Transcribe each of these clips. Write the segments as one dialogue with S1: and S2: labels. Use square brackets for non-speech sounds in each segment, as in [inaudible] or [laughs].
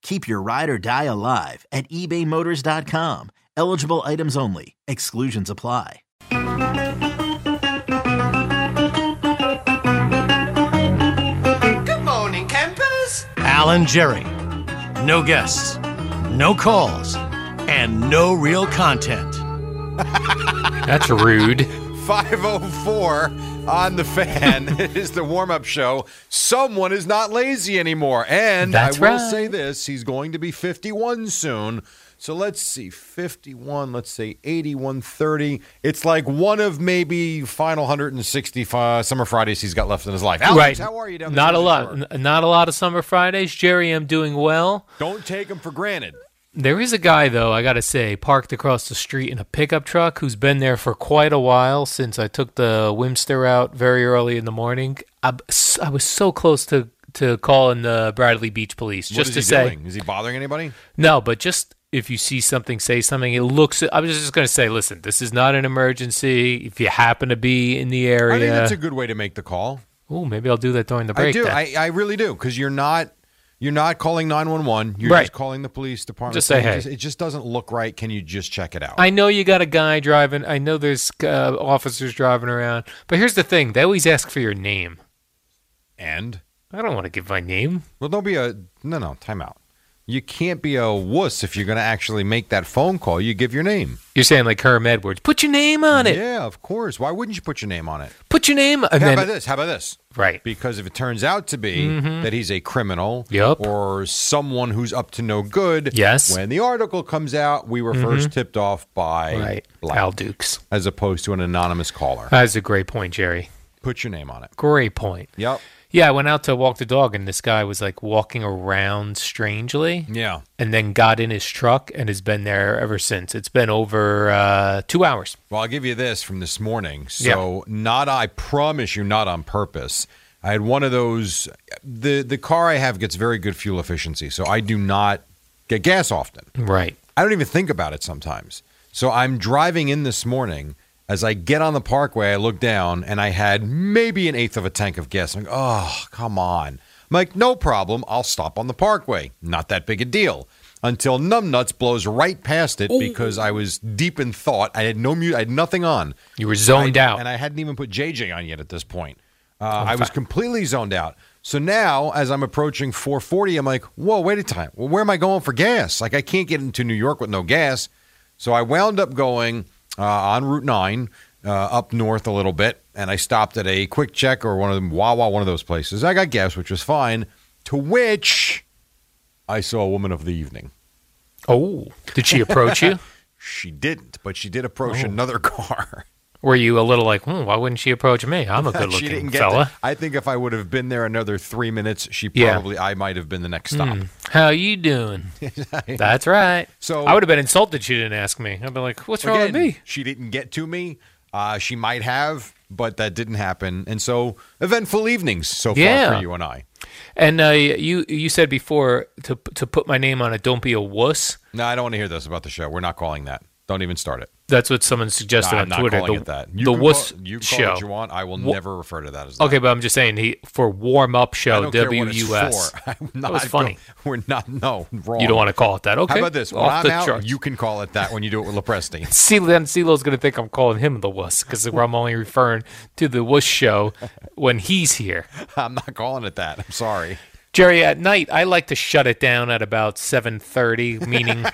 S1: Keep your ride or die alive at ebaymotors.com. Eligible items only, exclusions apply.
S2: Good morning, campers. Alan Jerry. No guests, no calls, and no real content.
S3: That's rude.
S4: 504 on the fan [laughs] It is the warm-up show someone is not lazy anymore and
S3: That's
S4: i will
S3: right.
S4: say this he's going to be 51 soon so let's see 51 let's say 81 30 it's like one of maybe final 165 summer fridays he's got left in his life Alex,
S3: right.
S4: how are you down
S3: Not a
S4: there?
S3: lot. n- Not a lot of summer Fridays. Jerry, I'm doing well.
S4: don't take him for granted
S3: There is a guy though, I gotta say, parked across the street in a pickup truck who's been there for quite a while since I took the Wimster out very early in the morning. I, I was so close to to calling the Bradley Beach police
S4: what
S3: just
S4: is
S3: to
S4: he
S3: say
S4: doing is he bothering anybody
S3: no, but just if you see something, say something. It looks. I was just gonna say, listen, this is not an emergency. If you happen to be in the
S4: i think
S3: area,
S4: that's a good way to make the call
S3: oh, maybe I'll do that during the break.
S4: I do.
S3: then.
S4: I, I really do because you're not you're not calling nine one one. You're
S3: Right.
S4: just calling the police department.
S3: Just say,
S4: It
S3: "Hey."
S4: just- it just doesn't look right. Can you just check it out?
S3: I know you got a guy driving. I know there's uh, officers driving around. But here's the thing: they always ask for your name.
S4: and
S3: I don't want to give my name.
S4: well, don't be a no no time out. You can't be a wuss if you're going to actually make that phone call. You give your name.
S3: You're saying like Herm Edwards. Put your name on it.
S4: Yeah, of course. Why wouldn't you put your name on it?
S3: Put your name. And
S4: How
S3: then,
S4: about this? How about this?
S3: Right.
S4: Because if it turns out to be that he's a criminal
S3: Mm-hmm. Yup.
S4: or someone who's up to no good,
S3: Yes. Mm-hmm.
S4: when the article comes out, we were first tipped off by
S3: Right.
S4: Black,
S3: Al Dukes.
S4: as opposed to an anonymous caller.
S3: That's a great point, Jerry.
S4: Put your name on it.
S3: Great point.
S4: Yep.
S3: Yeah, I went out to walk the dog, and this guy was like walking around strangely,
S4: Yeah.
S3: and then got in his truck and has been there ever since. It's been over uh, two hours.
S4: Well, I'll give you this from this morning. So, not I promise you, not on purpose. I had one of those. the The car I have gets very good fuel efficiency, so I do not get gas often.
S3: Right.
S4: I don't even think about it sometimes. So I'm driving in this morning. As I get on the parkway, I look down and I had maybe an eighth of a tank of gas. I'm like, oh, come on. I'm like, no problem. I'll stop on the parkway. Not that big a deal. Until Numbnuts blows right past it because I was deep in thought. I had no mute. I had nothing on.
S3: You were zoned
S4: I-
S3: out.
S4: And I hadn't even put JJ on yet at this point. Uh, I was completely zoned out. So now, as I'm approaching 440, I'm like, whoa, wait a time. Well, where am I going for gas? Like, I can't get into New York with no gas. So I wound up going uh, on Route 9 uh, up north a little bit, and I stopped at a quick check or one of them, Wawa, one of those places. I got gas, which was fine, to which I saw a woman of the evening.
S3: Oh, did she approach you?
S4: She didn't, but she did approach another [laughs] car.
S3: Were you a little like, hmm, why wouldn't she approach me?
S5: [laughs]
S3: I'm a good
S4: she
S3: looking
S4: didn't get
S3: fella.
S4: to- I think if I would have been there another three minutes, she
S3: Yeah.
S4: probably I might have been the next stop.
S3: Hmm. How you
S5: [laughs]
S3: doing? That's right.
S5: So-
S3: I would have been insulted she didn't ask me. I'd been like, "What's wrong with
S5: Again,
S3: me?"
S5: She didn't get to me. Uh, she might have, but that didn't happen. And so, eventful evenings so far
S3: Yeah.
S5: for you and I.
S3: And uh, you you said before to to put my name on it. Don't be a wuss.
S5: No, I don't want to hear this about the show. We're not calling that. Don't even start it.
S3: That's what someone
S5: No,
S3: suggested
S5: I'm
S3: on
S5: not
S3: Twitter.
S5: calling
S3: the
S5: it that.
S3: the
S5: can
S3: wuss
S5: call, you can call it
S3: show.
S5: what you want. I will
S3: Wha-
S5: never refer to that as that.
S3: Okay, but I'm just saying he for warm up
S5: I
S3: show
S5: don't care
S3: W
S5: what it's
S3: U S.
S5: for. [laughs] I'm
S3: That
S5: not
S3: was funny.
S5: go- we're not. No, wrong.
S3: You don't want to call it that. Okay.
S5: How about this? When
S3: Off
S5: I'm
S3: the
S5: out,
S3: charts.
S5: you can call it that when you do it with Lepresti.
S3: See, then CeeLo's going to think I'm calling him the wuss because I'm only referring to the wuss show when he's here.
S5: [laughs] I'm not calling it that. I'm sorry.
S3: Jerry, at night I like to shut it down at about seven thirty,
S5: [laughs]
S3: meaning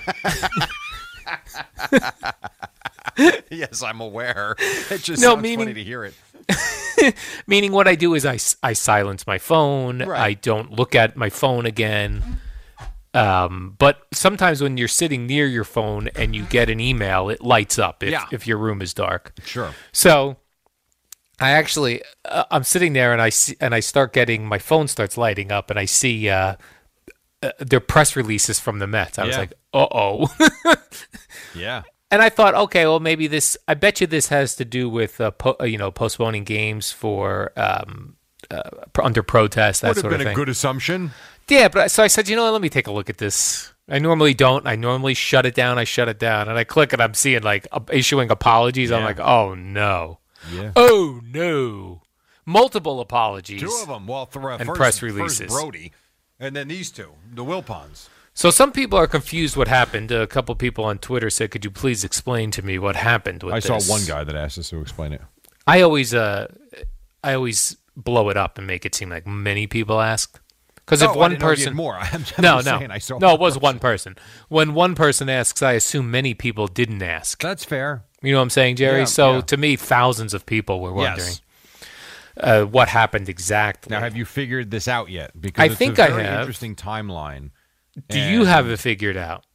S5: [laughs] Yes,
S3: [laughs]
S5: I'm aware. It just
S3: No,
S5: sounds
S3: meaning-
S5: funny to hear it.
S3: meaning what I do is I, s- I silence my phone.
S5: Right.
S3: I don't look at my phone again. Um, but sometimes when you're sitting near your phone and you get an email, it lights up if,
S5: Yeah.
S3: if your room is dark.
S5: Sure.
S3: So I actually uh, I'm sitting there and I see, and I start getting my phone starts lighting up and I see uh, uh, their press releases from the Mets. I was
S5: Yeah.
S3: like, "Uh oh."
S5: Yeah.
S3: [laughs] and I thought, "Okay, well maybe this I bet you this has to do with uh, po- uh, you know, postponing games for um uh, pr- under protest, that
S5: Would have
S3: sort
S5: been
S3: of
S5: a
S3: thing.
S5: good assumption.
S3: yeah, but I, so I said, you know what, let me take a look at this. I normally don't. I normally shut it down. I shut it down. And I click and I'm seeing like uh, issuing apologies. I'm
S5: Yeah.
S3: like, oh no.
S5: Yeah.
S3: Oh no! Multiple apologies.
S5: Two of them. Well, th-
S3: And
S5: first,
S3: press
S5: first
S3: releases.
S5: Brody, and then these two, the Wilpons.
S3: So some people are confused what happened. A couple people on Twitter said, "Could you please explain to me what happened with
S5: I
S3: this?"
S5: saw one guy that asked us to explain it.
S3: I always, uh, I always blow it up and make it seem like many people asked. Because
S5: Oh,
S3: if
S5: I
S3: one
S5: didn't know if you had
S3: person,
S5: more. [laughs] I'm just
S3: no, no,
S5: saying, I saw
S3: no, it
S5: one
S3: was one person. When one person asks, I assume many people didn't ask.
S5: That's fair.
S3: You know what I'm saying, Jerry?
S5: Yeah,
S3: so
S5: yeah.
S3: to me, thousands of people were wondering uh, what happened exactly.
S5: Now, have you figured this out yet? Because
S3: I
S5: it's a
S3: think I
S5: very
S3: have.
S5: Interesting timeline.
S3: Do you
S5: And-
S3: have it figured out?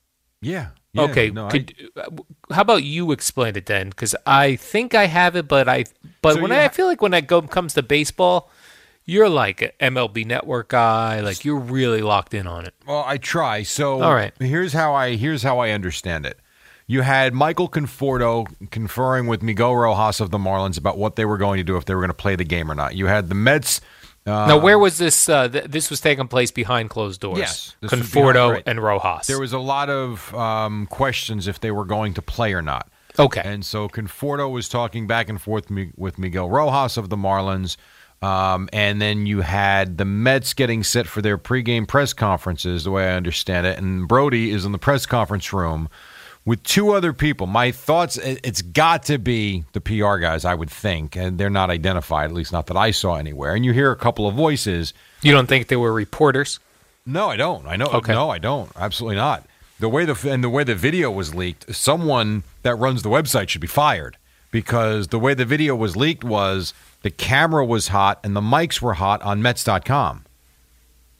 S5: Yeah. yeah,
S3: okay.
S5: no, I-
S3: could, uh, how about you explain it then? Because I think I have it, but I but
S5: So
S3: when
S5: you
S3: I, I
S5: ha-
S3: feel like when it go, comes to baseball, you're like a MLB Network guy. Like you're really locked in on it.
S5: Well, I try. So
S3: All right.
S5: here's how I here's how I understand it. You had Michael Conforto conferring with Miguel Rojas of the Marlins about what they were going to do if they were going to play the game or not. You had the Mets.
S3: now, where was this? Uh, th- this was taking place behind closed doors.
S5: Um, Yes, this was
S3: Conforto
S5: behind- right.
S3: and Rojas.
S5: There was a lot of um, questions if they were going to play or not.
S3: okay.
S5: And so Conforto was talking back and forth mi- with Miguel Rojas of the Marlins. Um, and then you had the Mets getting set for their pregame press conferences, the way I understand it. And Brody is in the press conference room with two other people. My thoughts it- it's got to be the PR guys, I would think. And they're not identified, at least not that I saw anywhere. And you hear a couple of voices.
S3: you don't think they were reporters?
S5: No, I don't. I know.
S3: Okay.
S5: No, I don't. Absolutely not. The way the and the way the video was leaked, someone that runs the website should be fired because the way the video was leaked was the camera was hot and the mics were hot on Mets.com.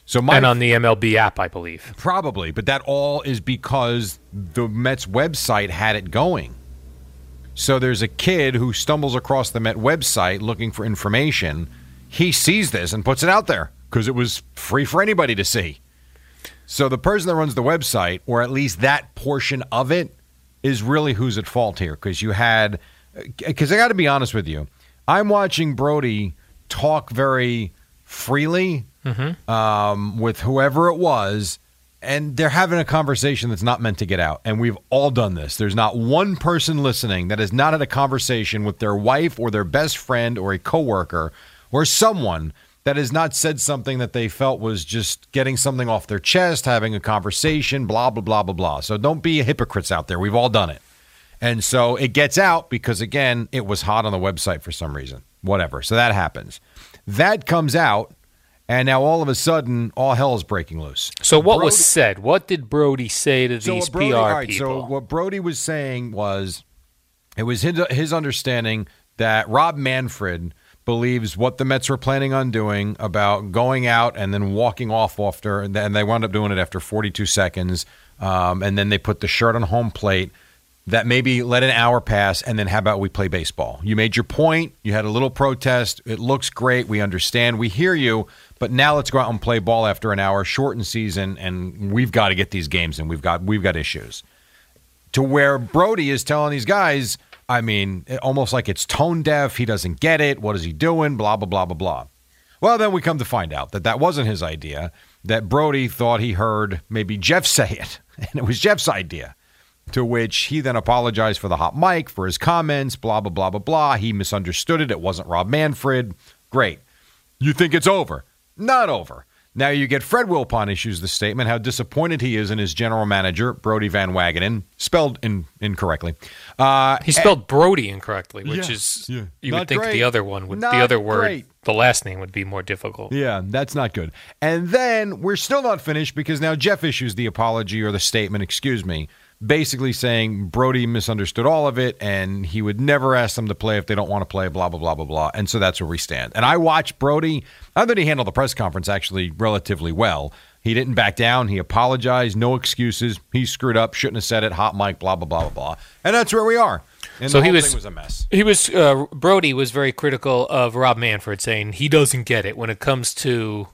S5: So my
S3: and on the MLB app, I believe.
S5: probably, but that all is because the Mets website had it going. So there's a kid who stumbles across the Met website looking for information. He sees this and puts it out there because it was free for anybody to see. So the person that runs the website, or at least that portion of it, is really who's at fault here because you had. Because I got to be honest with you, I'm watching Brody talk very freely um, with whoever it was, and they're having a conversation that's not meant to get out. And we've all done this. There's not one person listening that has not had a conversation with their wife or their best friend or a coworker or someone that has not said something that they felt was just getting something off their chest, having a conversation, blah, blah, blah, blah, blah. So don't be hypocrites out there. We've all done it. And so it gets out because, again, it was hot on the website for some reason. Whatever. So that happens. That comes out, and now all of a sudden, all hell is breaking loose.
S3: So what was
S5: Brody-
S3: said? What did Brody say to these
S5: what Brody,
S3: PR
S5: all right,
S3: people?
S5: So what Brody was saying was, it was his, his understanding that Rob Manfred believes what the Mets were planning on doing about going out and then walking off after, and then they wound up doing it after 42 seconds, um, and then they put the shirt on home plate. that maybe let an hour pass and then how about we play baseball? You made your point. You had a little protest. It looks great. We understand. We hear you. But now let's go out and play ball after an hour, shortened season, and we've got to get these games and we've got we've got issues. To where Brody is telling these guys, I mean, it- almost like it's tone deaf. He doesn't get it. What is he doing? Blah blah blah blah blah. Well, then we come to find out that that wasn't his idea. That Brody thought he heard maybe Jeff [laughs] say it, and it was Jeff's idea. To which he then apologized for the hot mic, for his comments, blah, blah, blah, blah, blah. He misunderstood it. It wasn't Rob Manfred. Great. You think it's over? Not over. Now you get Fred Wilpon issues the statement how disappointed he is in his general manager, Brody Van Wagenen, spelled in, incorrectly. Uh,
S3: He spelled Brody incorrectly, which
S5: Yeah,
S3: is
S5: yeah.
S3: you
S5: Not
S3: would think
S5: great.
S3: the other one would
S5: Not
S3: the other word
S5: great.
S3: the last name would be more difficult.
S5: Yeah, that's not good. And then we're still not finished because now Jeff issues the apology or the statement, excuse me, basically saying Brody misunderstood all of it and he would never ask them to play if they don't want to play, blah, blah, blah, blah, blah. And so that's where we stand. And I watched Brody. I thought he handled the press conference actually relatively well. He didn't back down. He apologized. No excuses. He screwed up. Shouldn't have said it. Hot mic, blah, blah, blah, blah, blah. And that's where we are. And
S3: So
S5: the
S3: he
S5: whole
S3: was-
S5: thing was a mess.
S3: He was uh, Brody was very critical of Rob Manfred, saying he doesn't get it when it comes to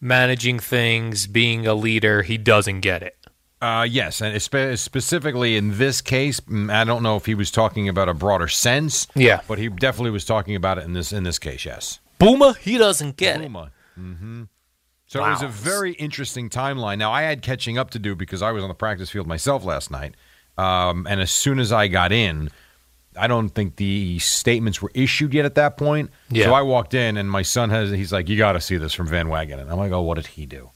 S3: managing things, being a leader. He doesn't get it.
S5: Uh, yes, and spe- specifically in this case, mm, I don't know if he was talking about a broader sense.
S3: Yeah.
S5: but he definitely was talking about it in this in this case. Yes,
S3: Booma, he doesn't get it.
S5: hmm So it was a
S3: Wow.
S5: very interesting timeline. Now I had catching up to do because I was on the practice field myself last night, um, and as soon as I got in, I don't think the statements were issued yet at that point.
S3: Yeah.
S5: So I walked in, and my son has he's like, "You got to see this from Van Wagen," and I'm like, "Oh, what did he do?"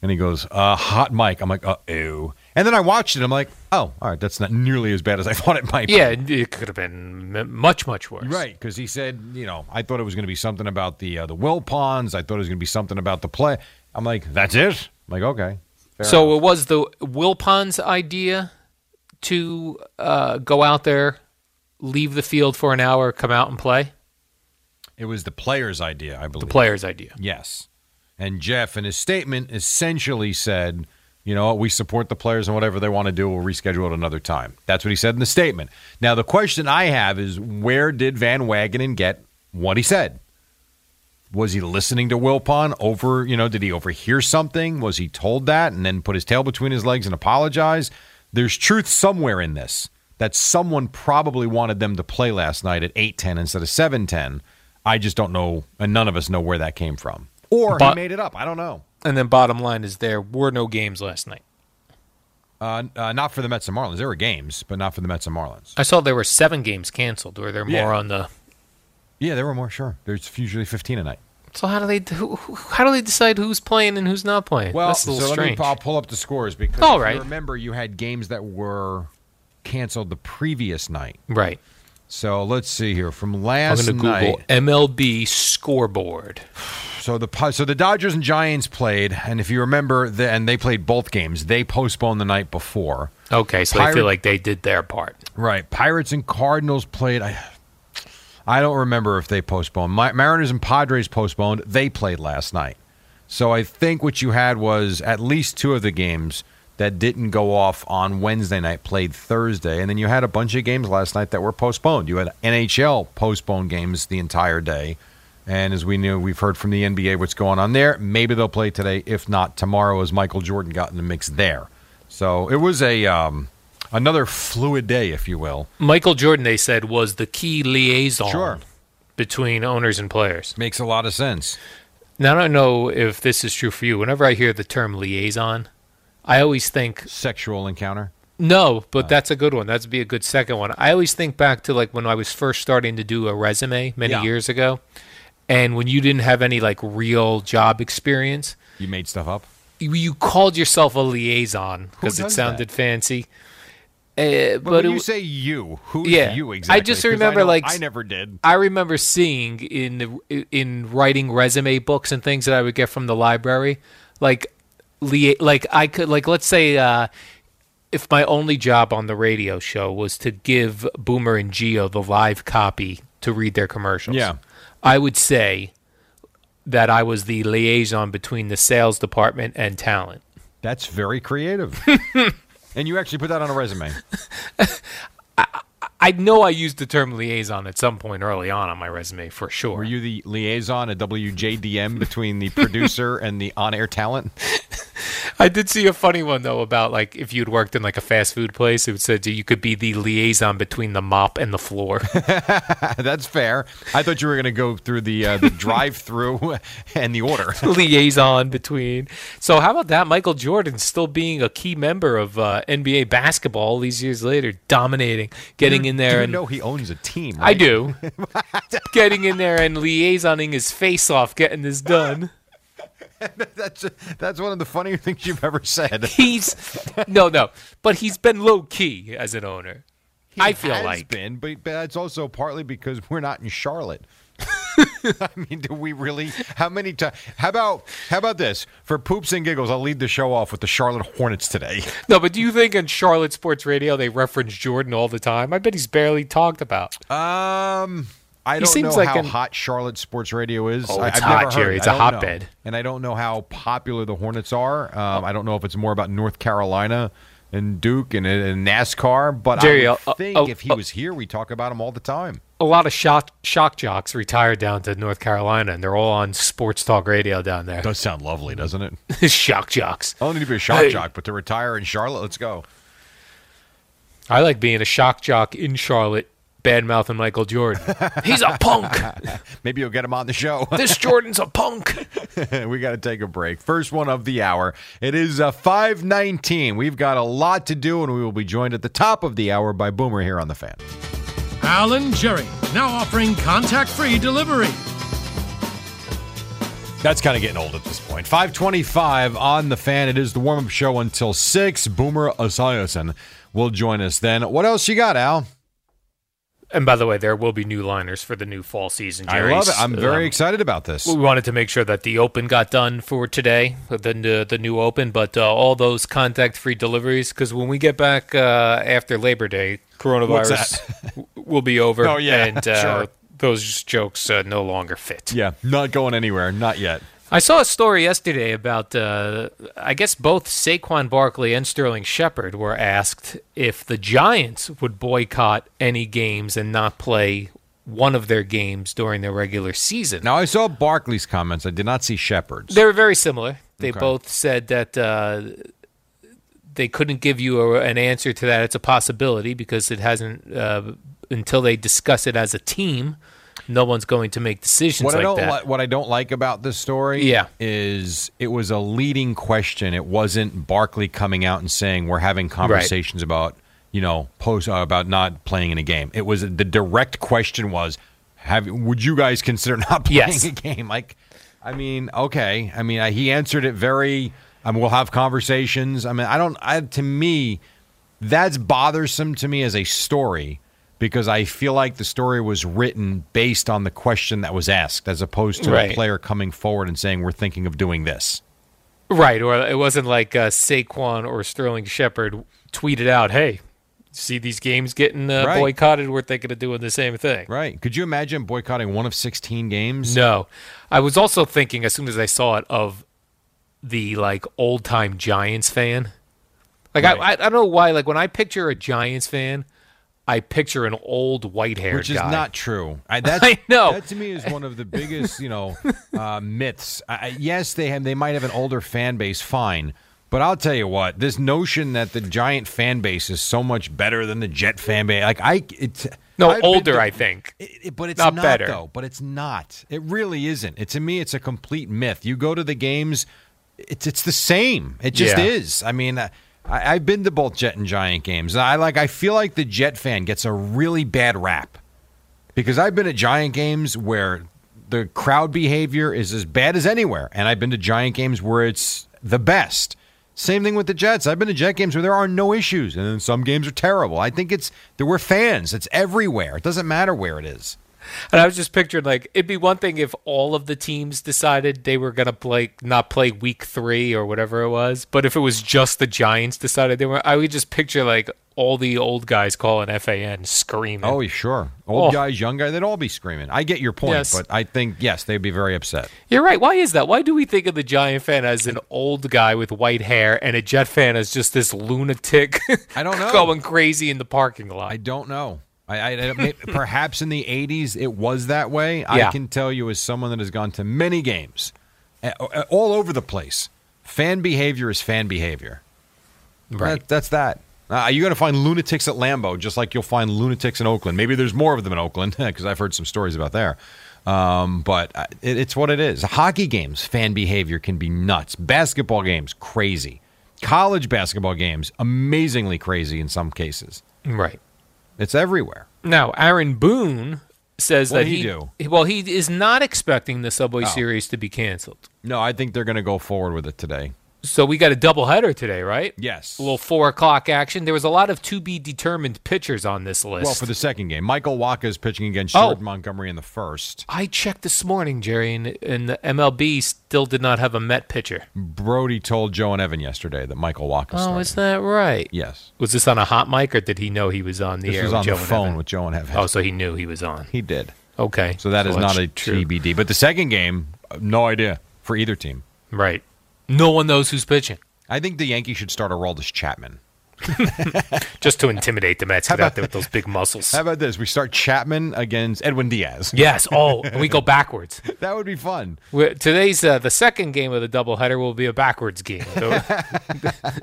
S5: And he goes, uh, hot mic. I'm like, uh oh. And then I watched it. I'm like, oh, all right, that's not nearly as bad as I [laughs] thought it might be.
S3: Yeah, it could have been m- much much worse.
S5: Right, because he said, you know, I thought it was going to be something about the uh, the will ponds. I thought it was going to be something about the play. I'm like, that's it. I'm like, okay. fair
S3: so
S5: enough.
S3: it was the Wilpon's idea to uh, go out there, leave the field for an hour, come out and play.
S5: it was the player's idea, I
S3: The
S5: believe.
S3: player's idea.
S5: Yes. And Jeff, in his statement, essentially said, you know, we support the players and whatever they want to do, we'll reschedule it another time. That's what he said in the statement. Now, the question I have is where did Van Wagenen get what he said? Was he listening to Wilpon over, you know, did he overhear something? Was he told that and then put his tail between his legs and apologize? There's truth somewhere in this that someone probably wanted them to play last night at 8:10 instead of 7:10. I just don't know and none of us know where that came from. Or he
S3: But-
S5: made it up. I don't know.
S3: And then bottom line is there were no games last night.
S5: Uh, uh, not for the Mets and Marlins. There were games, but not for the Mets and Marlins.
S3: I saw there were seven games canceled. Were there more
S5: Yeah.
S3: on the?
S5: Yeah, there were more. Sure, there's usually 15 a night.
S3: So how do they who, who- how do they decide who's playing and who's not playing?
S5: Well,
S3: That's a
S5: so
S3: little
S5: let me.
S3: strange.
S5: I'll pull up the scores because
S3: All
S5: if you
S3: right.
S5: remember you had games that were canceled the previous night.
S3: Right.
S5: So let's see here from
S3: I'm
S5: last
S3: going to Google
S5: night.
S3: MLB scoreboard.
S5: So the Pi- so the Dodgers and Giants played, and if you remember, the, and they played both games. They postponed the night before.
S3: Okay, so they
S5: Pirate-
S3: feel like they did their part.
S5: Right. Pirates and Cardinals played. I, I don't remember if they postponed. My, Mariners and Padres postponed. They played last night. So I think what you had was at least two of the games that didn't go off on Wednesday night played Thursday. And then you had a bunch of games last night that were postponed. You had NHL postponed games the entire day. And as we knew, we've heard from the NBA what's going on there. Maybe they'll play today. If not, tomorrow, as Michael Jordan got in the mix there. So it was a um, another fluid day, if you will.
S3: Michael Jordan, they said, was the key liaison
S5: Sure.
S3: between owners and players.
S5: Makes a lot of sense.
S3: Now I don't know if this is true for you. Whenever I hear the term liaison, I always think
S5: Sexual encounter.
S3: No,
S5: Uh.
S3: but that's a good one. That'd be a good second one. I always think back to like when I was first starting to do a resume many
S5: Yeah.
S3: years ago, and when you didn't have any like real job experience,
S5: You made stuff up.
S3: you, you called yourself a liaison because it
S5: does
S3: sounded
S5: that?
S3: fancy. Uh,
S5: But,
S3: but
S5: when
S3: it,
S5: you say you, who's
S3: Yeah.
S5: you
S3: I
S5: exactly?
S3: just
S5: 'Cause
S3: remember,
S5: know
S3: like,
S5: I never did.
S3: I remember seeing in the in writing resume books and things that I would get from the library, like lia- like I could like let's say uh, if my only job on the radio show was to give Boomer and Geo the live copy to read their commercials,
S5: Yeah.
S3: I would say that I was the liaison between the sales department and talent. [laughs]
S5: That's very creative. and you actually put that on a resume.
S3: I know I used the term liaison at some point early on on my resume for sure.
S5: Were you the liaison at WJDM between the
S3: [laughs]
S5: producer and the on-air talent? [laughs]
S3: I did see a funny one though about like if you'd worked in like a fast food place, it said you could be the liaison between the mop and the floor. [laughs]
S5: That's fair. I thought you were going to go through the uh, the drive-through [laughs] and
S3: [laughs]
S5: the order.
S3: liaison between. So how about that? Michael Jordan still being a key member of uh, NBA basketball all these years later, dominating, getting in
S5: Do
S3: there
S5: you
S3: and
S5: know he owns a team.
S3: I
S5: Right?
S3: do,
S5: [laughs]
S3: getting in there and liaisoning his face off, getting this done.
S5: That's that's one of the funnier things you've ever said.
S3: He's no, no, but he's been low key as an owner. I feel
S5: has
S3: like
S5: been, but, but that's also partly because we're not in Charlotte. [laughs] I mean, do we really? How many times? How about how about this for poops and giggles? I'll lead the show off with the Charlotte Hornets today.
S3: no, but do you think in Charlotte sports radio they reference Jordan all the time? I bet he's barely talked about.
S5: Um, I don't
S3: seems
S5: know
S3: like
S5: how
S3: an-
S5: hot Charlotte sports radio is.
S3: Oh,
S5: I-
S3: it's
S5: I've never
S3: hot, Jerry.
S5: heard it.
S3: It's
S5: I
S3: a
S5: don't know.
S3: hotbed.
S5: and I don't know how popular the Hornets are. Um, I don't know if it's more about North Carolina and Duke and, and NASCAR. But
S3: Jerry, uh, oh, I'll-
S5: I would
S3: I'll-
S5: think
S3: I'll-
S5: if he
S3: I'll-
S5: was here, we talk about him all the time.
S3: a lot of shock shock jocks retired down to North Carolina, and they're all on sports talk radio down there. [laughs]
S5: Does sound lovely, doesn't it?
S3: shock jocks.
S5: I don't need to be a shock
S3: Hey.
S5: jock, but to retire in Charlotte, let's go.
S3: I like being a shock jock in Charlotte, badmouthing Michael Jordan.
S5: [laughs]
S3: He's a punk.
S5: Maybe you'll get him on the show.
S3: [laughs] This Jordan's a punk.
S5: [laughs] we got to take a break. First one of the hour. It is uh, 519. We've got a lot to do, and we will be joined at the top of the hour by Boomer here on The Fan.
S2: Alan Jerry, now offering contact free delivery.
S5: That's kind of getting old at this point. 525 on the fan. It is the warm up show until 6. Boomer Esiason will join us then. What else you got, Al?
S3: and by the way, there will be new liners for the new fall season. Jerry.
S5: I love it. I'm very
S3: Um,
S5: excited about this.
S3: We wanted to make sure that the open got done for today, the the, the new open, but uh, all those contact free deliveries because when we get back uh, after Labor Day,
S5: What's
S3: coronavirus
S5: that?
S3: w- will be over.
S5: Oh, yeah,
S3: and uh,
S5: sure.
S3: those jokes uh, no longer fit.
S5: Yeah, not going anywhere. Not yet.
S3: I saw a story yesterday about uh, I guess both Saquon Barkley and Sterling Shepard were asked if the Giants would boycott any games and not play one of their games during their regular season.
S5: Now, I saw Barkley's comments. I did not see Shepard's.
S3: They were very similar. They
S5: Okay.
S3: both said that uh, they couldn't give you a, an answer to that. It's a possibility because it hasn't uh, until they discuss it as a team. No one's going to make decisions
S5: what
S3: like
S5: I don't
S3: that.
S5: li- what I don't like about this story
S3: Yeah.
S5: is it was a leading question. It wasn't Barkley coming out and saying we're having conversations about you know post uh, about not playing in a game. It was the direct question was have would you guys consider not [laughs] playing
S3: Yes.
S5: a game? Like I mean, okay. I mean, I, he answered it very I mean, we'll have conversations. I mean, I don't I, to me that's bothersome to me as a story because I feel like the story was written based on the question that was asked, as opposed to a
S3: Right.
S5: player coming forward and saying, "We're thinking of doing this."
S3: Right, or it wasn't like uh, Saquon or Sterling Shepard tweeted out, "Hey, see these games getting uh,
S5: Right.
S3: boycotted? We're thinking of doing the same thing."
S5: Right? Could you imagine boycotting one of sixteen games?
S3: No, I was also thinking as soon as I saw it of the like old time Giants fan. Like I, I, I don't know why. Like when I picture a Giants fan, I picture an old white haired
S5: Which is
S3: guy.
S5: not true.
S3: [laughs]
S5: I, that's,
S3: I know.
S5: That to me is one of the biggest,
S3: [laughs]
S5: you know, uh, myths. I, I- yes, they have. They might have an older fan base, fine. But I'll tell you what. This notion that the giant fan base is so much better than the Jet fan base, like I, it's
S3: no
S5: I've been
S3: older.
S5: to-
S3: I
S5: [laughs]
S3: think
S5: It, it- but it's not,
S3: Not better.
S5: though. But it's not. It really isn't. It, to me, it's a complete myth. You go to the games, it's it's the same. It just
S3: Yeah.
S5: is. I mean, uh, I, I've been to both Jet and Giant games. I like. I feel like the Jet fan gets a really bad rap because I've been at Giant games where the crowd behavior is as bad as anywhere, and I've been to Giant games where it's the best. Same thing with the Jets. I've been to Jet games where there are no issues, and then some games are terrible. I think it's there were fans. It's everywhere. It doesn't matter where it is.
S3: And I was just picturing like it'd be one thing if all of the teams decided they were gonna play not play week three or whatever it was, but if it was just the Giants decided they were, I would just picture like all the old guys calling FAN screaming.
S5: Oh, sure. Old
S3: Oh.
S5: guys, young guys, they'd all be screaming. I get your point,
S3: Yes.
S5: but I think, yes, they'd be very upset.
S3: You're right. Why is that? Why do we think of the Giant fan as an old guy with white hair and a Jet fan as just this lunatic? [laughs]
S5: I don't know.
S3: going crazy in the parking lot.
S5: I don't know. I, I, I may- [laughs] perhaps in the '80s it was that way. I
S3: Yeah.
S5: can tell you, as someone that has gone to many games, uh, uh, all over the place, fan behavior is fan behavior.
S3: Right.
S5: That- that's that. Uh, you're going to find lunatics at Lambeau, just like you'll find lunatics in Oakland. Maybe there's more of them in Oakland [laughs] because I've heard some stories about there. Um, but uh, it, it's what it is. Hockey games, fan behavior can be nuts. Basketball games, crazy. College basketball games, amazingly crazy in some cases.
S3: right.
S5: It's everywhere.
S3: Now, Aaron Boone says
S5: What'd
S3: that
S5: he
S3: he,
S5: do? Oh.
S3: well, he is not expecting the Subway Series to be canceled.
S5: No, I think they're going to go forward with it today.
S3: So we got a doubleheader today, right?
S5: Yes.
S3: A little four o'clock action. There was a lot of to be determined pitchers on this list.
S5: Well, for the second game, Michael Waka is pitching against
S3: Oh.
S5: Jordan Montgomery in the first.
S3: I checked this morning, Jerry, and, and the MLB still did not have a Met pitcher.
S5: Brody told Joe and Evan yesterday that Michael Waka.
S3: Oh,
S5: started.
S3: is that right?
S5: Yes.
S3: Was this on a hot mic, or did he know he was on the
S5: This
S3: air?
S5: was
S3: with
S5: on
S3: Joe
S5: the
S3: and
S5: phone
S3: Evan?
S5: with Joe and Evan.
S3: Oh, so he knew he was on.
S5: he did.
S3: Okay.
S5: So that is
S3: that's
S5: not a
S3: true.
S5: TBD. But the second game, uh, no idea for either team.
S3: Right. No one knows who's pitching.
S5: I think the Yankees should start Aroldis Chapman.
S3: Just to intimidate the Mets. Get out there with those big muscles.
S5: How about this? We start Chapman against Edwin Diaz. [laughs]
S3: Yes. Oh, and we go backwards.
S5: That would be fun.
S3: We're, today's uh, the second game of the doubleheader will be a backwards game, So-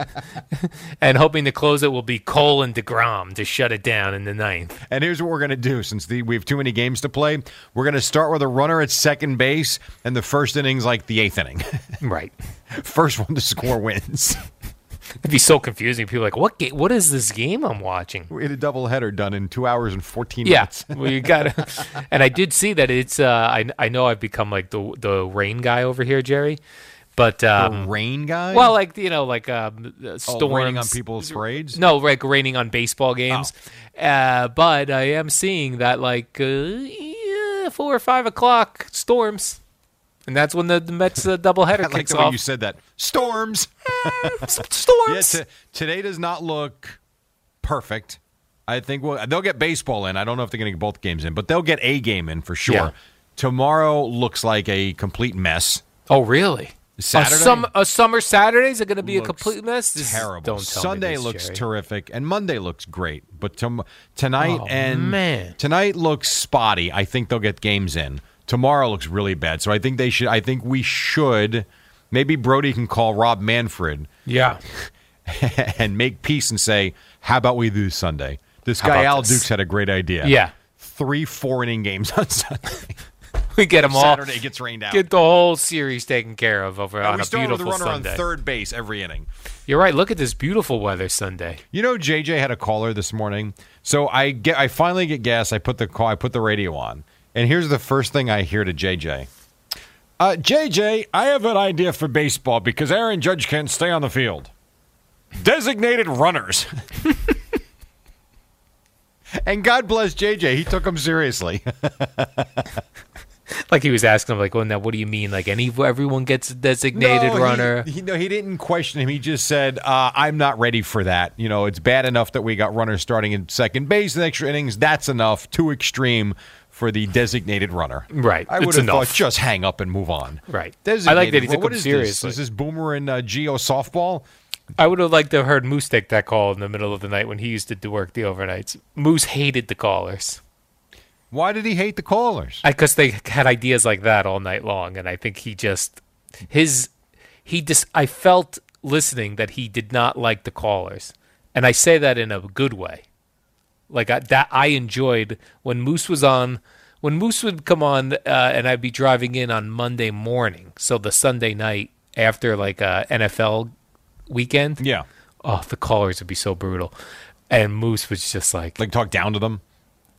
S3: [laughs] and hoping to close it will be Cole and Degrom to shut it down in the ninth.
S5: And here's what we're going to do since the, we have too many games to play. We're going to start with a runner at second base, and the first inning's like the eighth inning. [laughs]
S3: Right.
S5: first one to score wins. [laughs]
S3: It'd be so confusing. People are like, what? Ga- what is this game I'm watching?
S5: we had a doubleheader done in two hours and 14
S3: Yeah,
S5: minutes.
S3: well, you got to.
S5: [laughs]
S3: And I did see that it's. Uh, I I know I've become like the the rain guy over here, Jerry, but um,
S5: rain guy?
S3: well, like you know, like um, uh, storms
S5: oh, raining on people's Oh. parades?
S3: No, like raining on baseball games. Uh, but I am seeing that like uh, yeah, four or five o'clock storms, and that's when the, the Mets
S5: [laughs]
S3: uh, doubleheader
S5: I
S3: kicks
S5: like the way
S3: off.
S5: you said that. Storms. Yeah,
S3: storms.
S5: t- today does not look perfect. I think we'll, they'll get baseball in. I don't know if they're going to get both games in, but they'll get a game in for sure.
S3: Yeah.
S5: Tomorrow looks like a complete mess.
S3: oh, really?
S5: Saturday?
S3: A, sum- a summer Saturdays are going to be a
S5: Looks
S3: complete mess. This is-
S5: Terrible.
S3: Don't tell me
S5: Sunday
S3: this,
S5: looks
S3: Jerry.
S5: terrific, and Monday looks great. But tom- tonight
S3: Oh,
S5: and
S3: man.
S5: tonight looks spotty. I think they'll get games in. Tomorrow looks really bad. So I think they should. I think we should. Maybe Brody can call Rob Manfred
S3: Yeah. [laughs]
S5: [laughs] and make peace and say, "How about we do Sunday?" This
S3: How
S5: guy
S3: about
S5: Al
S3: this?
S5: Dukes had a great idea.
S3: Yeah.
S5: three four inning games on [laughs] Sunday.
S3: We get them all.
S5: Saturday gets rained out.
S3: Oh. Get the whole series taken care of over
S5: And
S3: on
S5: we
S3: a
S5: start with a
S3: beautiful
S5: runner
S3: Sunday.
S5: on third base every inning.
S3: You're right. Look at this beautiful weather Sunday.
S5: You know, JJ had a caller this morning, so I get I finally get gas. I put the call, I put the radio on, and here's the first thing I hear to JJ. Uh, JJ, I have an idea for baseball because Aaron Judge can't stay on the field. Designated runners. [laughs] and God bless JJ. He took him seriously. [laughs]
S3: Like he was asking him, like, well, now what do you mean? Like any everyone gets a designated
S5: No, he-
S3: runner.
S5: He, no, he didn't question him. He just said, uh, "I'm not ready for that. You know, it's bad enough that we got runners starting in second base in extra innings. That's enough. Too extreme for the designated runner.
S3: Right.
S5: I
S3: It's
S5: would have
S3: enough.
S5: thought just hang up and move on.
S3: Right. I like
S5: Designated.
S3: that he
S5: runner.
S3: took
S5: What
S3: him
S5: is
S3: seriously.
S5: This? Is this Boomer and uh, Geo softball?
S3: I would have liked to have heard Moose take that call in the middle of the night when he used to do work the overnights. Moose hated the callers
S5: Why did he hate the callers?
S3: because they had ideas like that all night long, and I think he just his he just I felt listening that he did not like the callers, and I say that in a good way. Like I, that, I enjoyed when Moose was on. When Moose would come on, uh, and I'd be driving in on Monday morning, so the Sunday night after like uh, NFL weekend.
S5: Yeah.
S3: Oh, the callers would be so brutal. And Moose was just like,
S5: Like talk down to them.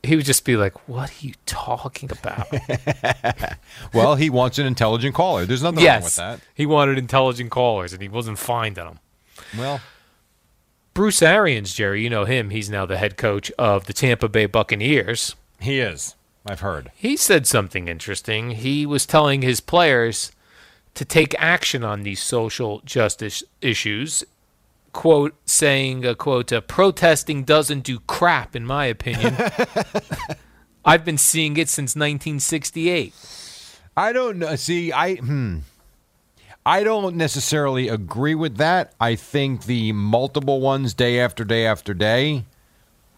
S3: he would just be like, "What are you talking about?"
S5: Well, he wants an intelligent caller. There's nothing
S3: yes,
S5: wrong with
S3: he wanted intelligent callers, and he wasn't finding them.
S5: that. Well,
S3: Bruce Arians, Jerry, you know him. He's now the head coach of the Tampa Bay Buccaneers.
S5: he is. I've heard.
S3: He said something interesting. He was telling his players to take action on these social justice issues. Quote, saying, uh, quote, uh, protesting doesn't do crap, in my opinion. [laughs] I've been seeing it since 1968.
S5: I don't know. See, I hmm. I don't necessarily agree with that. I think the multiple ones day after day after day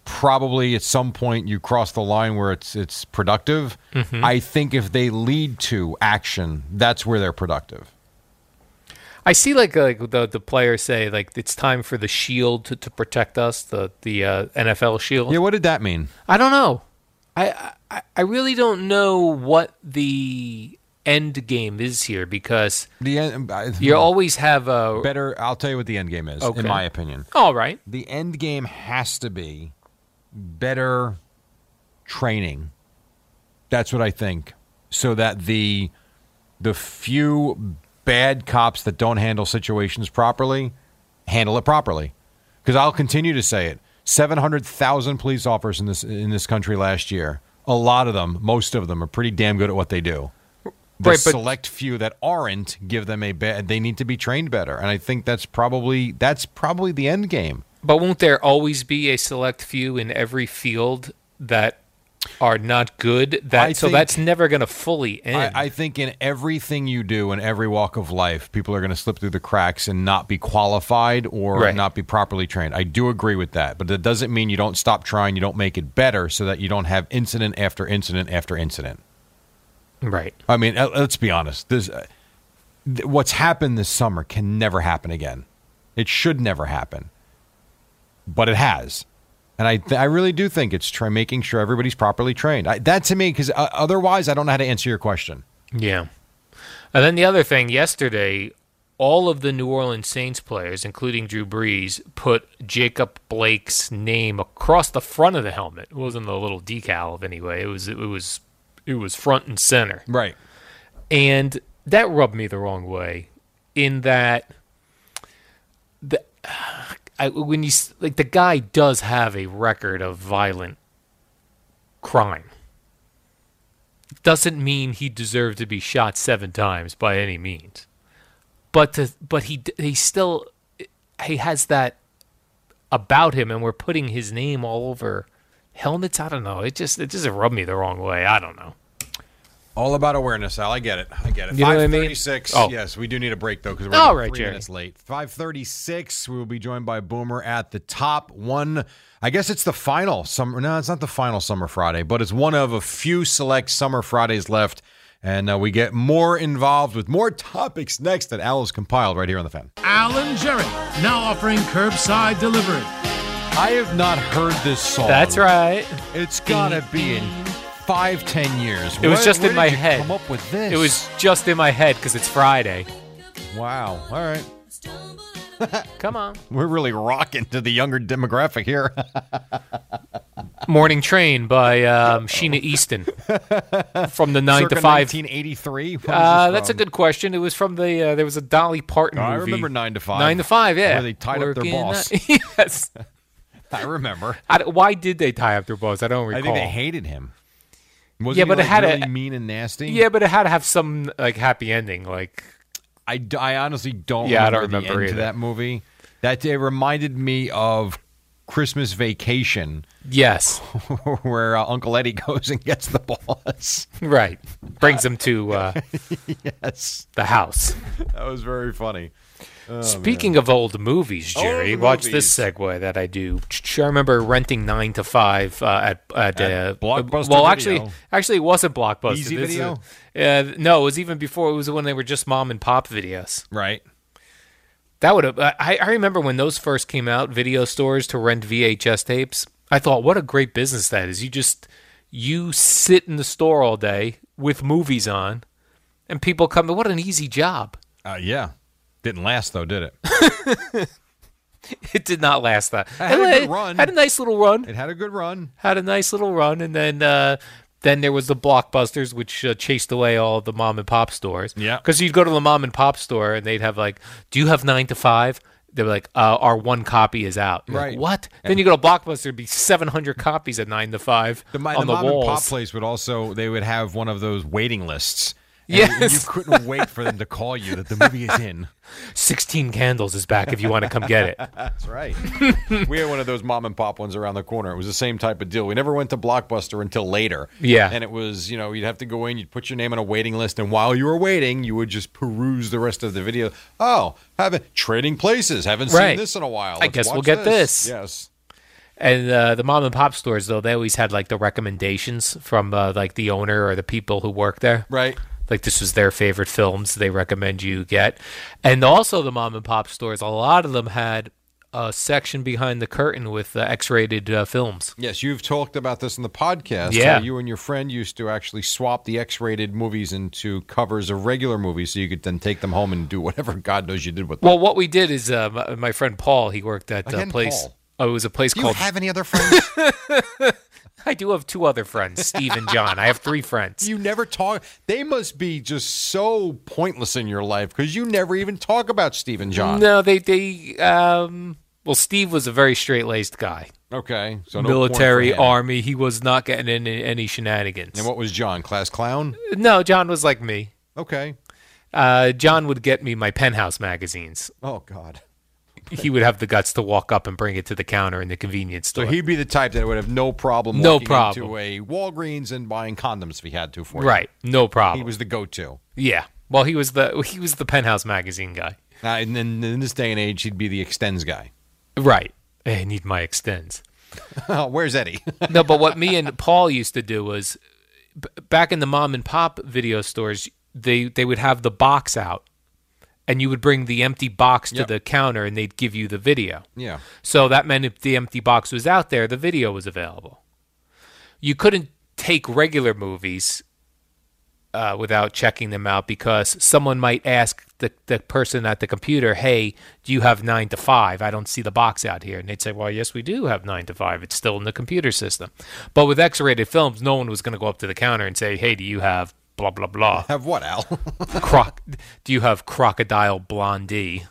S5: probably at some point you cross the line where it's it's productive. I think if they lead to action, that's where they're productive.
S3: I see, like, like the the players say, like it's time for the shield to, to protect us, the the uh, NFL shield.
S5: Yeah, what did that mean?
S3: I don't know. I, I I really don't know what the end game is here because
S5: The end, I- hmm,
S3: you always have a
S5: better. I'll tell you what the end game is,
S3: Okay.
S5: in my opinion.
S3: all right.
S5: the end game has to be better training. That's what I think. So that the the few bad cops that don't handle situations properly handle it properly. Because I'll continue to say it: seven hundred thousand police officers in this in this country last year. A lot of them, most of them, are pretty damn good at what they do. The
S3: Right, but-
S5: select few that aren't give them a bad. They need to be trained better, and I think that's probably that's probably the end game.
S3: But won't there always be a select few in every field that are not good? That
S5: I
S3: so
S5: think-
S3: that's never going to fully end.
S5: I, I think in everything you do in every walk of life, people are going to slip through the cracks and not be qualified or
S3: Right.
S5: not be properly trained. I do agree with that, but that doesn't mean you don't stop trying, you don't make it better so that you don't have incident after incident after incident.
S3: right.
S5: I mean, uh, let's be honest. This, uh, th- what's happened this summer can never happen again. It should never happen, but it has. And I, th- I really do think it's try making sure everybody's properly trained. I, that to me, because uh, otherwise, I don't know how to answer your question.
S3: Yeah. And then the other thing yesterday, all of the New Orleans Saints players, including Drew Brees, put Jacob Blake's name across the front of the helmet. It wasn't a little decal anyway. It was it was it was front and center.
S5: Right.
S3: and that rubbed me the wrong way in that the I, when you s- like the guy does have a record of violent crime doesn't mean he deserved to be shot seven times by any means but to, but he d- he still he has that about him and we're putting his name all over helmets i don't know it just it just rubbed me the wrong way i don't know
S5: All about awareness, Al. I get it. I get it.
S3: You know what I mean?
S5: 536.
S3: Oh.
S5: Yes, we do need a break, though, because we're
S3: All
S5: about
S3: right,
S5: three
S3: Jerry.
S5: minutes late. 536. We will be joined by Boomer at the top. One, I guess it's the final summer. No, it's not the final Summer Friday, but it's one of a few select Summer Fridays left. And uh, we get more involved with more topics next that Al has compiled right here on the fan.
S2: Alan Jerry, now offering curbside delivery.
S5: I have not heard this song.
S3: that's right
S5: It's got to be in five, ten years.
S3: It was just in my
S5: did you
S3: head.
S5: come up with this?
S3: It was just in my head because it's Friday.
S5: Wow. All right.
S3: Come on.
S5: We're really rocking to the younger
S3: [laughs]
S5: demographic here.
S3: Morning Train by
S5: [laughs]
S3: um, Sheena Easton from the 9
S5: Circa
S3: to 5.
S5: 1983. What is
S3: Uh,
S5: this
S3: that's a
S5: from?
S3: good question. It was from the, uh, there was a Dolly Parton
S5: I
S3: movie.
S5: remember 9 to 5.
S3: 9 to 5, yeah.
S5: Where they tied up their
S3: Working
S5: boss.
S3: out- [laughs] yes.
S5: I remember.
S3: I don't- why did they tie up their boss? I don't recall.
S5: I think they hated him. Wasn't
S3: Yeah,
S5: he,
S3: but it
S5: like,
S3: had a-
S5: really mean and nasty.
S3: yeah, but it had to have some like happy ending. Like,
S5: I, d- I honestly don't.
S3: Yeah, I don't
S5: remember, the
S3: remember
S5: end to
S3: either.
S5: that movie. That it reminded me of Christmas Vacation, [laughs]
S3: yes,
S5: where uh, Uncle Eddie [laughs] goes and gets the boss.
S3: right. Brings them to uh,
S5: [laughs] yes,
S3: the house.
S5: that was very funny. Oh,
S3: Speaking of old movies, Jerry, watch this segue that I do. Ch- I remember renting Nine to Five uh, at at, uh,
S5: Blockbuster
S3: Well,
S5: Video.
S3: actually, actually, it wasn't Blockbuster.
S5: Easy
S3: This is-
S5: Video?
S3: uh, no, it was even before. It was when they were just mom and pop videos.
S5: Right.
S3: That would have. I, I remember when those first came out, video stores to rent VHS tapes. I thought, what a great business that is. You just you sit in the store all day with movies on, and people come. What an easy job. [laughs]
S5: Uh, yeah. Didn't last though,
S4: [laughs]
S5: did it?
S3: It did not last that.
S5: had a
S3: It
S5: good run.
S3: Had a nice little run.
S5: it had a good run.
S3: had a nice little run, and then uh, then there was the blockbusters, which uh, chased away all the mom and pop stores.
S5: Yeah.
S3: because you'd go to the mom and pop store, and they'd have like, "Do you have nine to five? they're like, uh, our one copy is out. You're like,
S4: Right.
S3: what? Then you go to Blockbuster, there'd be 700 copies at 9 to 5
S4: The, mi-
S3: on the,
S4: the mom and pop
S3: walls.
S4: place would also they would have one of those waiting lists. And
S3: Yes.
S4: you couldn't wait for them to call you that the movie
S5: [laughs]
S4: is in.
S3: 16 Candles is back if you want to come
S4: [laughs]
S3: get it.
S4: That's right. we had one of those mom and pop ones around the corner. It was the same type of deal. We never went to Blockbuster until later.
S3: Yeah.
S4: And it was, you know, you'd have to go in, you'd put your name on a waiting list, and while you were waiting, you would just peruse the rest of the video. Oh, haven't trading places. Haven't
S3: Right.
S4: seen this in a while.
S3: I
S4: Let's
S3: guess we'll
S4: watch
S3: get this.
S4: Yes.
S3: And uh, the mom and pop stores, though, they always had like the recommendations from uh, like the owner or the people who work there.
S4: Right.
S3: Like this was their favorite films they recommend you get. And also the mom and pop stores, a lot of them had a section behind the curtain with uh, X-rated uh, films.
S4: Yes, you've talked about this in the podcast.
S3: Yeah.
S4: how you and your friend used to actually swap the X-rated movies into covers of regular movies, so you could then take them home and do whatever [laughs] God knows you did with them.
S3: Well, what we did is uh, my, my friend Paul, he worked at a
S4: Again,
S3: place.
S4: Paul.
S3: Oh, it was a place
S4: Do you
S3: called.
S4: have any other friends?
S3: [laughs] I do have two other friends, Steve and John. I have three friends.
S4: you [laughs] never talk. They must be just so pointless in your life because you never even talk about Stephen John.
S3: No, they they um. Well, Steve was a very straight-laced guy.
S4: Okay, so no point for
S3: military
S4: him.
S3: army. He was not getting in any shenanigans.
S4: And what was John? Class clown.
S3: no, John was like me.
S4: Okay.
S3: Uh, John would get me my penthouse magazines.
S4: Oh God.
S3: He would have the guts to walk up and bring it to the counter in the convenience
S4: So
S3: store.
S4: he'd be the type that would have no problem
S3: No
S4: walking
S3: problem.
S4: into a Walgreens and buying condoms if he had to for you.
S3: right, no problem.
S4: He was the go-to.
S3: yeah. Well, he was the he was the penthouse magazine guy.
S4: Uh, and then in this day and age, he'd be the extends guy. [laughs]
S3: Right. I need my extends.
S4: where's Eddie? [laughs]
S3: no, but what me and Paul used to do was b- back in the mom and pop video stores, they they would have the box out, and you would bring the empty box to
S4: Yep.
S3: the counter, and they'd give you the video.
S4: yeah.
S3: So that meant if the empty box was out there, the video was available. You couldn't take regular movies uh, without checking them out because someone might ask the, the person at the computer, hey, do you have 9 to 5? I don't see the box out here. And they'd say, well, yes, we do have 9 to 5. It's still in the computer system. But with X rated films, no one was going to go up to the counter and say, hey, do you have blah, blah, blah?
S4: [laughs] Have what, Al?
S3: Croc- do you have Crocodile
S4: [laughs]
S3: Blondie?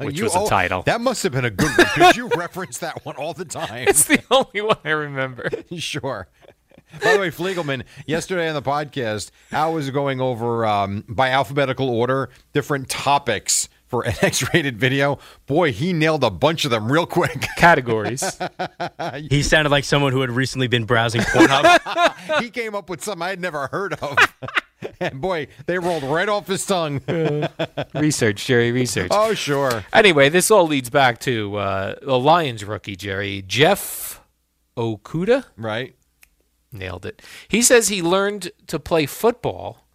S3: Which
S4: You-
S3: was a
S4: oh,
S3: title.
S4: That must have been a good one [laughs] because you reference that one all the
S3: [laughs]
S4: time.
S3: it's the only one I remember.
S4: [laughs] sure. By the way, Fliegelman, yesterday on the podcast, Al was going over um, by alphabetical order different topics for [laughs] an X rated video. Boy, he nailed a bunch of them real quick.
S3: Categories.
S6: He sounded like someone who had recently been browsing Pornhub.
S4: [laughs] he came up with some I'd never heard of. [laughs] and boy, they rolled right off his tongue.
S3: [laughs] research, Jerry, research.
S4: oh, sure.
S3: [laughs] Anyway, this all leads back to uh, the Lions rookie, Jerry. Jeff Okuda?
S4: Right.
S3: Nailed it. He says he learned to play football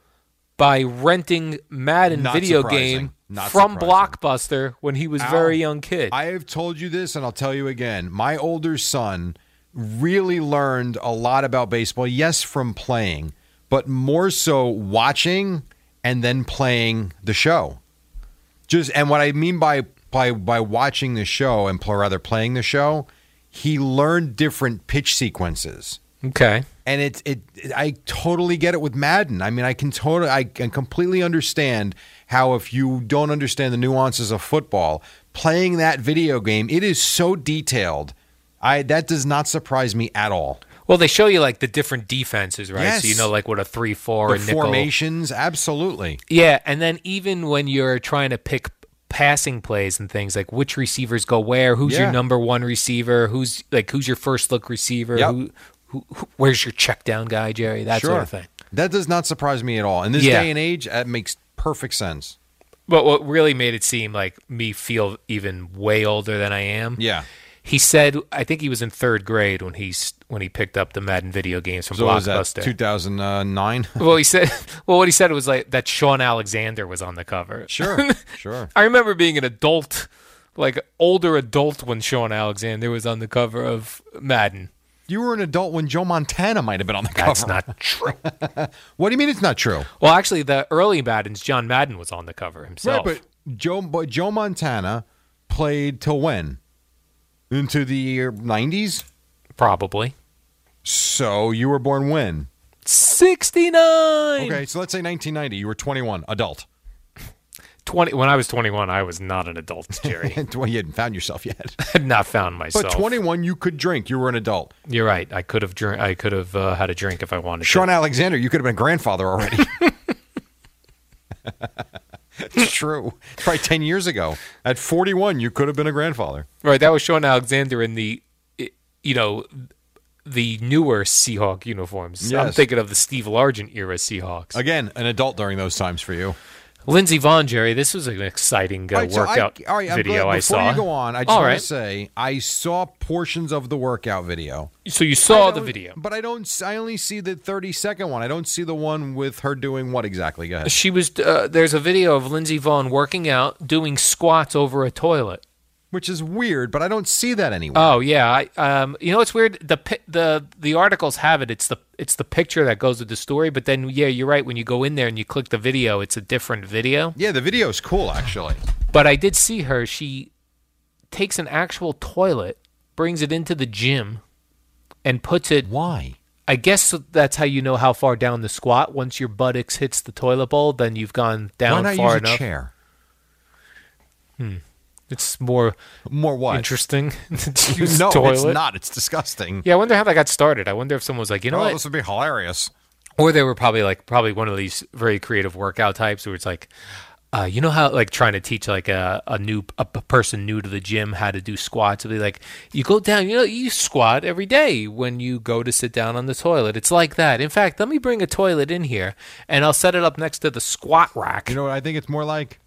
S3: by renting Madden
S4: Not
S3: video
S4: surprising.
S3: game
S4: Not
S3: from
S4: surprising.
S3: Blockbuster when he was very young kid.
S4: I have told you this, and I'll tell you again. My older son really learned a lot about baseball. Yes, from playing, but more so watching and then playing the show. Just and what I mean by by by watching the show and pl- rather playing the show, he learned different pitch sequences.
S3: okay.
S4: And it's it, it- I totally get it with Madden. I mean, I can totally, I can completely understand how if you don't understand the nuances of football, playing that video game, it is so detailed. I that does not surprise me at all.
S3: Well, they show you like the different defenses, right? So you
S4: Yes.
S3: know, like what a three, four,
S4: the
S3: and nickel.
S4: formations, absolutely.
S3: Yeah, and then even when you're trying to pick passing plays and things like which receivers go where, who's
S4: Yeah.
S3: your number one receiver, who's like who's your first look receiver,
S4: Yep.
S3: who, who, who where's your check down guy, Jerry, that sort of thing.
S4: That does not surprise me at all. In this
S3: Yeah.
S4: day and age, that makes perfect sense.
S3: But what really made it seem like me feel even way older than I am.
S4: Yeah.
S3: He said, I think he was in third grade when he s- when he picked up the Madden video games from
S4: So was that
S3: Blockbuster.
S4: 2009?
S3: well, he said, [laughs] well, what he said was like that Sean Alexander was on the cover. [laughs]
S4: sure, sure.
S3: I remember being an adult, like older adult, when Sean Alexander was on the cover of Madden.
S4: [laughs] You were an adult when Joe Montana might have been on the cover.
S3: That's not true.
S4: what do you mean it's not true?
S3: well, actually, the early Maddens, John Madden was on the cover himself.
S4: Right, but Joe but Joe Montana played till when? Into the nineties.
S3: Probably
S4: So you were born when?
S3: sixty nine.
S4: [laughs] Okay, so let's say 1990. You were 21, adult.
S3: twenty when I was twenty one, I was not an adult, Jerry. [laughs] I
S5: And tw- you hadn't found yourself yet.
S3: had not found myself.
S5: But 21, you could drink. You were an adult.
S3: You're right. I could have drink. I could have uh, had a drink if I wanted.
S5: Sean
S3: to.
S5: Alexander, you could have been a grandfather
S3: [laughs]
S5: already. it's true. Probably 10 years ago. At 41, you could have been a grandfather.
S3: Right. That was Sean Alexander in the, i- you know, the newer Seahawk uniforms. I'm
S5: Yes.
S3: thinking of the Steve Largent era Seahawks.
S5: Again, an adult during those times for you.
S3: Lindsey Vaughn, Jerry. This was an exciting uh,
S5: All right, so
S3: workout
S5: I, all right, I'm
S3: video
S5: glad-
S3: I
S5: before
S3: saw.
S5: you go on, I just
S3: all
S5: want
S3: right.
S5: to say I saw portions of the workout video.
S3: So you saw
S5: I
S3: the
S5: don't-
S3: video.
S5: But I don't. s- I only see the 30 second one. I don't see the one with her doing what exactly. Go ahead.
S3: She was. Uh, there's a video of Lindsey Vaughn working out, doing squats over a toilet.
S5: Which is weird, but I don't see that anywhere.
S3: Oh yeah, I, um, you know it's weird. The pi- the the articles have it. It's the it's the picture that goes with the story. But then yeah, you're right. When you go in there and you click the video, it's a different video.
S5: yeah, the video's cool, actually.
S3: But I did see her. She takes an actual toilet, brings it into the gym, and puts it.
S5: Why?
S3: I guess that's how you know how far down the squat. Once your buttocks hits the toilet bowl, then you've gone
S5: Why
S3: down
S5: not
S3: far
S5: use
S3: enough.
S5: a chair?
S3: It's more
S5: More what?
S3: interesting [laughs] to
S5: You-
S3: use
S5: no,
S3: toilet.
S5: it's not. It's disgusting.
S3: Yeah, I wonder how that got started. I wonder if someone was like, you know
S5: oh,
S3: what?
S5: this would be hilarious.
S3: or they were probably like probably one of these very creative workout types where it's like uh, you know how like trying to teach like a, a new a p- person new to the gym how to do squats it'll be like you go down you know you squat every day when you go to sit down on the toilet it's like that in fact let me bring a toilet in here and i'll set it up next to the squat rack
S5: You know what I think it's more like?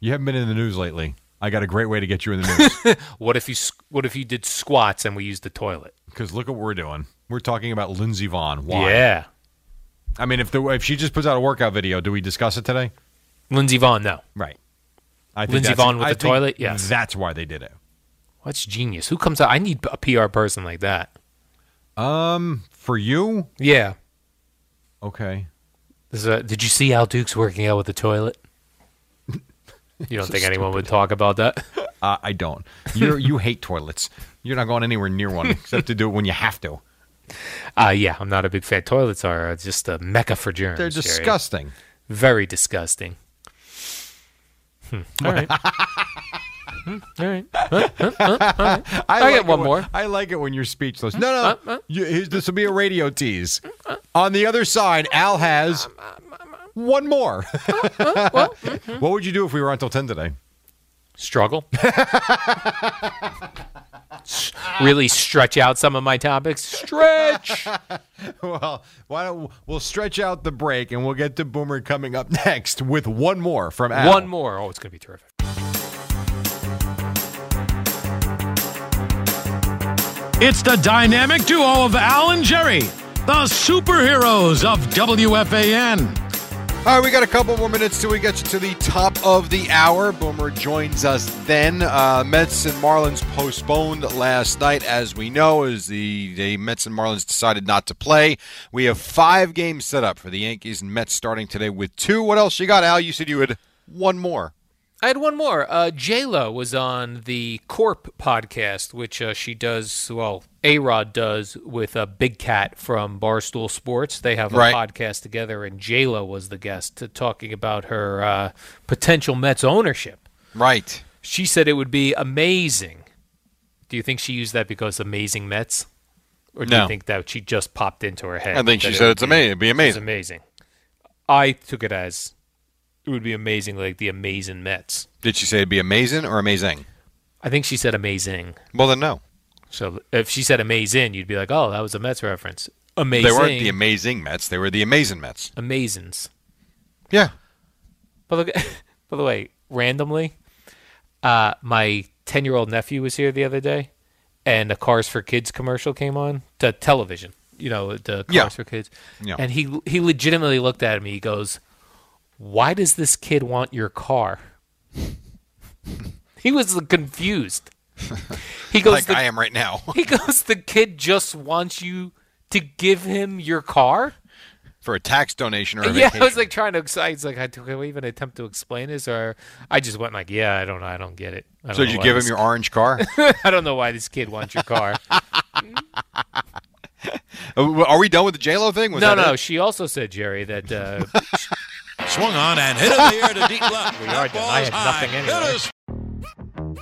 S5: You haven't been in the news lately. I got a great way to get you in the [laughs] news.
S3: what if you s- what if you did squats and we used the toilet
S5: Because look what we're doing. We're talking about Lindsey Vaughn. Why?
S3: yeah
S5: I mean, if the if she just puts out a workout video, do we discuss it today?
S3: lindsey vaughn no
S5: Right. I
S3: Lindsey
S5: that's-
S3: Vonn with
S5: I
S3: the
S5: think
S3: toilet? Yes.
S5: That's why they did it.
S3: that's genius who comes out i need a pr person like that
S5: Um, for you,
S3: yeah
S5: okay.
S3: This is a- did you see Al Dukes working out with the [laughs] toilet? You don't think anyone would talk about that? [laughs]
S5: Uh, I don't. You you hate toilets. You're not going anywhere near [laughs] one except to do it when you have to.
S3: Uh, yeah, I'm not a big fan. Toilets are uh, just a mecca for germs.
S5: They're
S3: Jerry.
S5: disgusting.
S3: Very disgusting. Hmm. All right. Hmm, All right.
S5: I,
S3: I
S5: like
S3: get
S5: it
S3: one Uh,
S5: when-
S3: more.
S5: I like it when you're speechless. No, no, you- here's- this will be a radio tease.
S3: Uh,
S5: On the other side, Al has one more.
S3: Uh,
S5: [laughs]
S3: mm-hmm.
S5: What would you do if we were until ten today?
S3: [laughs] Struggle. S- really stretch out some of my topics. [laughs] Stretch.
S5: Well, why don't we'll stretch out the break and we'll get to Boomer coming up next with one more from Al.
S3: One more. Oh, it's going to be terrific.
S2: It's the dynamic duo of Al and Jerry, the superheroes of WFAN.
S5: Uh, All right, we got a couple more minutes till we get you to the top of the hour. Boomer joins us then. Uh, Mets and Marlins postponed last night, as we know, as the, the Mets and Marlins decided not to play. We have five games set up for the Yankees and Mets starting today with two. What else you got, Al? You said you had one more.
S3: I had one more. Uh, J Lo was on the Corp podcast, which uh, she does. Well, A Rod does with uh, Big Cat from Barstool Sports. They have a
S5: Right.
S3: podcast together, and J Lo was the guest uh, talking about her uh, potential Mets ownership.
S5: Right.
S3: She said it would be amazing. Do you think she used that because amazing Mets, or do
S5: No.
S3: you think that she just popped into her head?
S5: I think she
S3: that it
S5: said
S3: would
S5: it's
S3: be-
S5: amazing. It'd be
S3: It's
S5: amazing.
S3: amazing. I took it as it would be amazing, like the amazing Mets.
S5: Did she say it'd be amazing or amazing?
S3: I think she said amazing.
S5: Well, then no.
S3: So if she said amazing, you'd be like, oh, that was a Mets reference. Amazing.
S5: They weren't the amazing Mets. They were the amazing Mets.
S3: amazings.
S5: Yeah.
S3: But look, [laughs] by the way, randomly, uh, my ten-year-old nephew was here the other day, and a Cars for Kids commercial came on the television. You know, the Cars
S5: Yeah.
S3: for Kids.
S5: Yeah.
S3: And he he legitimately looked at me. He goes, "Why does this kid want your car?" [laughs] he was
S5: [laughs]
S3: confused. He goes,
S5: Like
S3: "The
S5: I am right now. [laughs]
S3: He goes, the kid just wants you to give him your car?
S5: for a tax donation or
S3: [laughs]
S5: a
S3: Yeah, I was
S5: vacation.
S3: like trying to excite. It's like, I do we even attempt to explain this? Or I just went like, yeah, I don't know. I don't get it. I don't
S5: So
S3: know
S5: did you
S4: Oh,
S3: why
S5: give him
S3: this-
S5: your orange
S4: [laughs]
S5: car?
S3: [laughs] I don't know why this kid wants your car.
S5: Uh, Are we done with the J Lo thing? [laughs] Was
S3: no,
S5: that
S3: no.
S5: it? [laughs]
S3: She also said, Jerry, that uh, sh-
S7: Swung on and hit in the air to deep left.
S3: We are
S7: That ball is
S3: denying
S7: high.
S3: nothing anyway.
S7: It is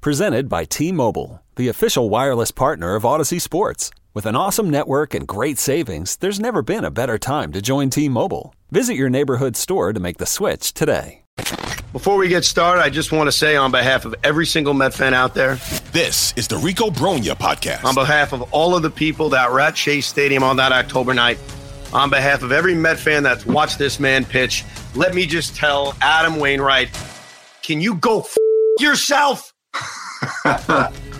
S8: Presented by T Mobile, the official wireless partner of Odyssey Sports. With an awesome network and great savings, there's never been a better time to join T Mobile. Visit your neighborhood store to make the switch today.
S4: Before we get started, I just want to say on behalf of every single Met fan out there,
S7: This is the Rico Bronya podcast.
S4: on behalf of all of the people that were at Chase Stadium on that October night, on behalf of every Met fan that's watched this man pitch, let me just tell Adam Wainwright, can you go f- yourself?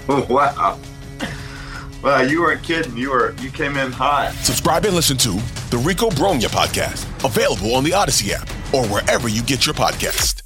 S9: wow. Wow, you were kidding. You were you came in hot.
S7: Subscribe and listen to the Rico Bronya podcast, available on the Odyssey app or wherever you get your podcast.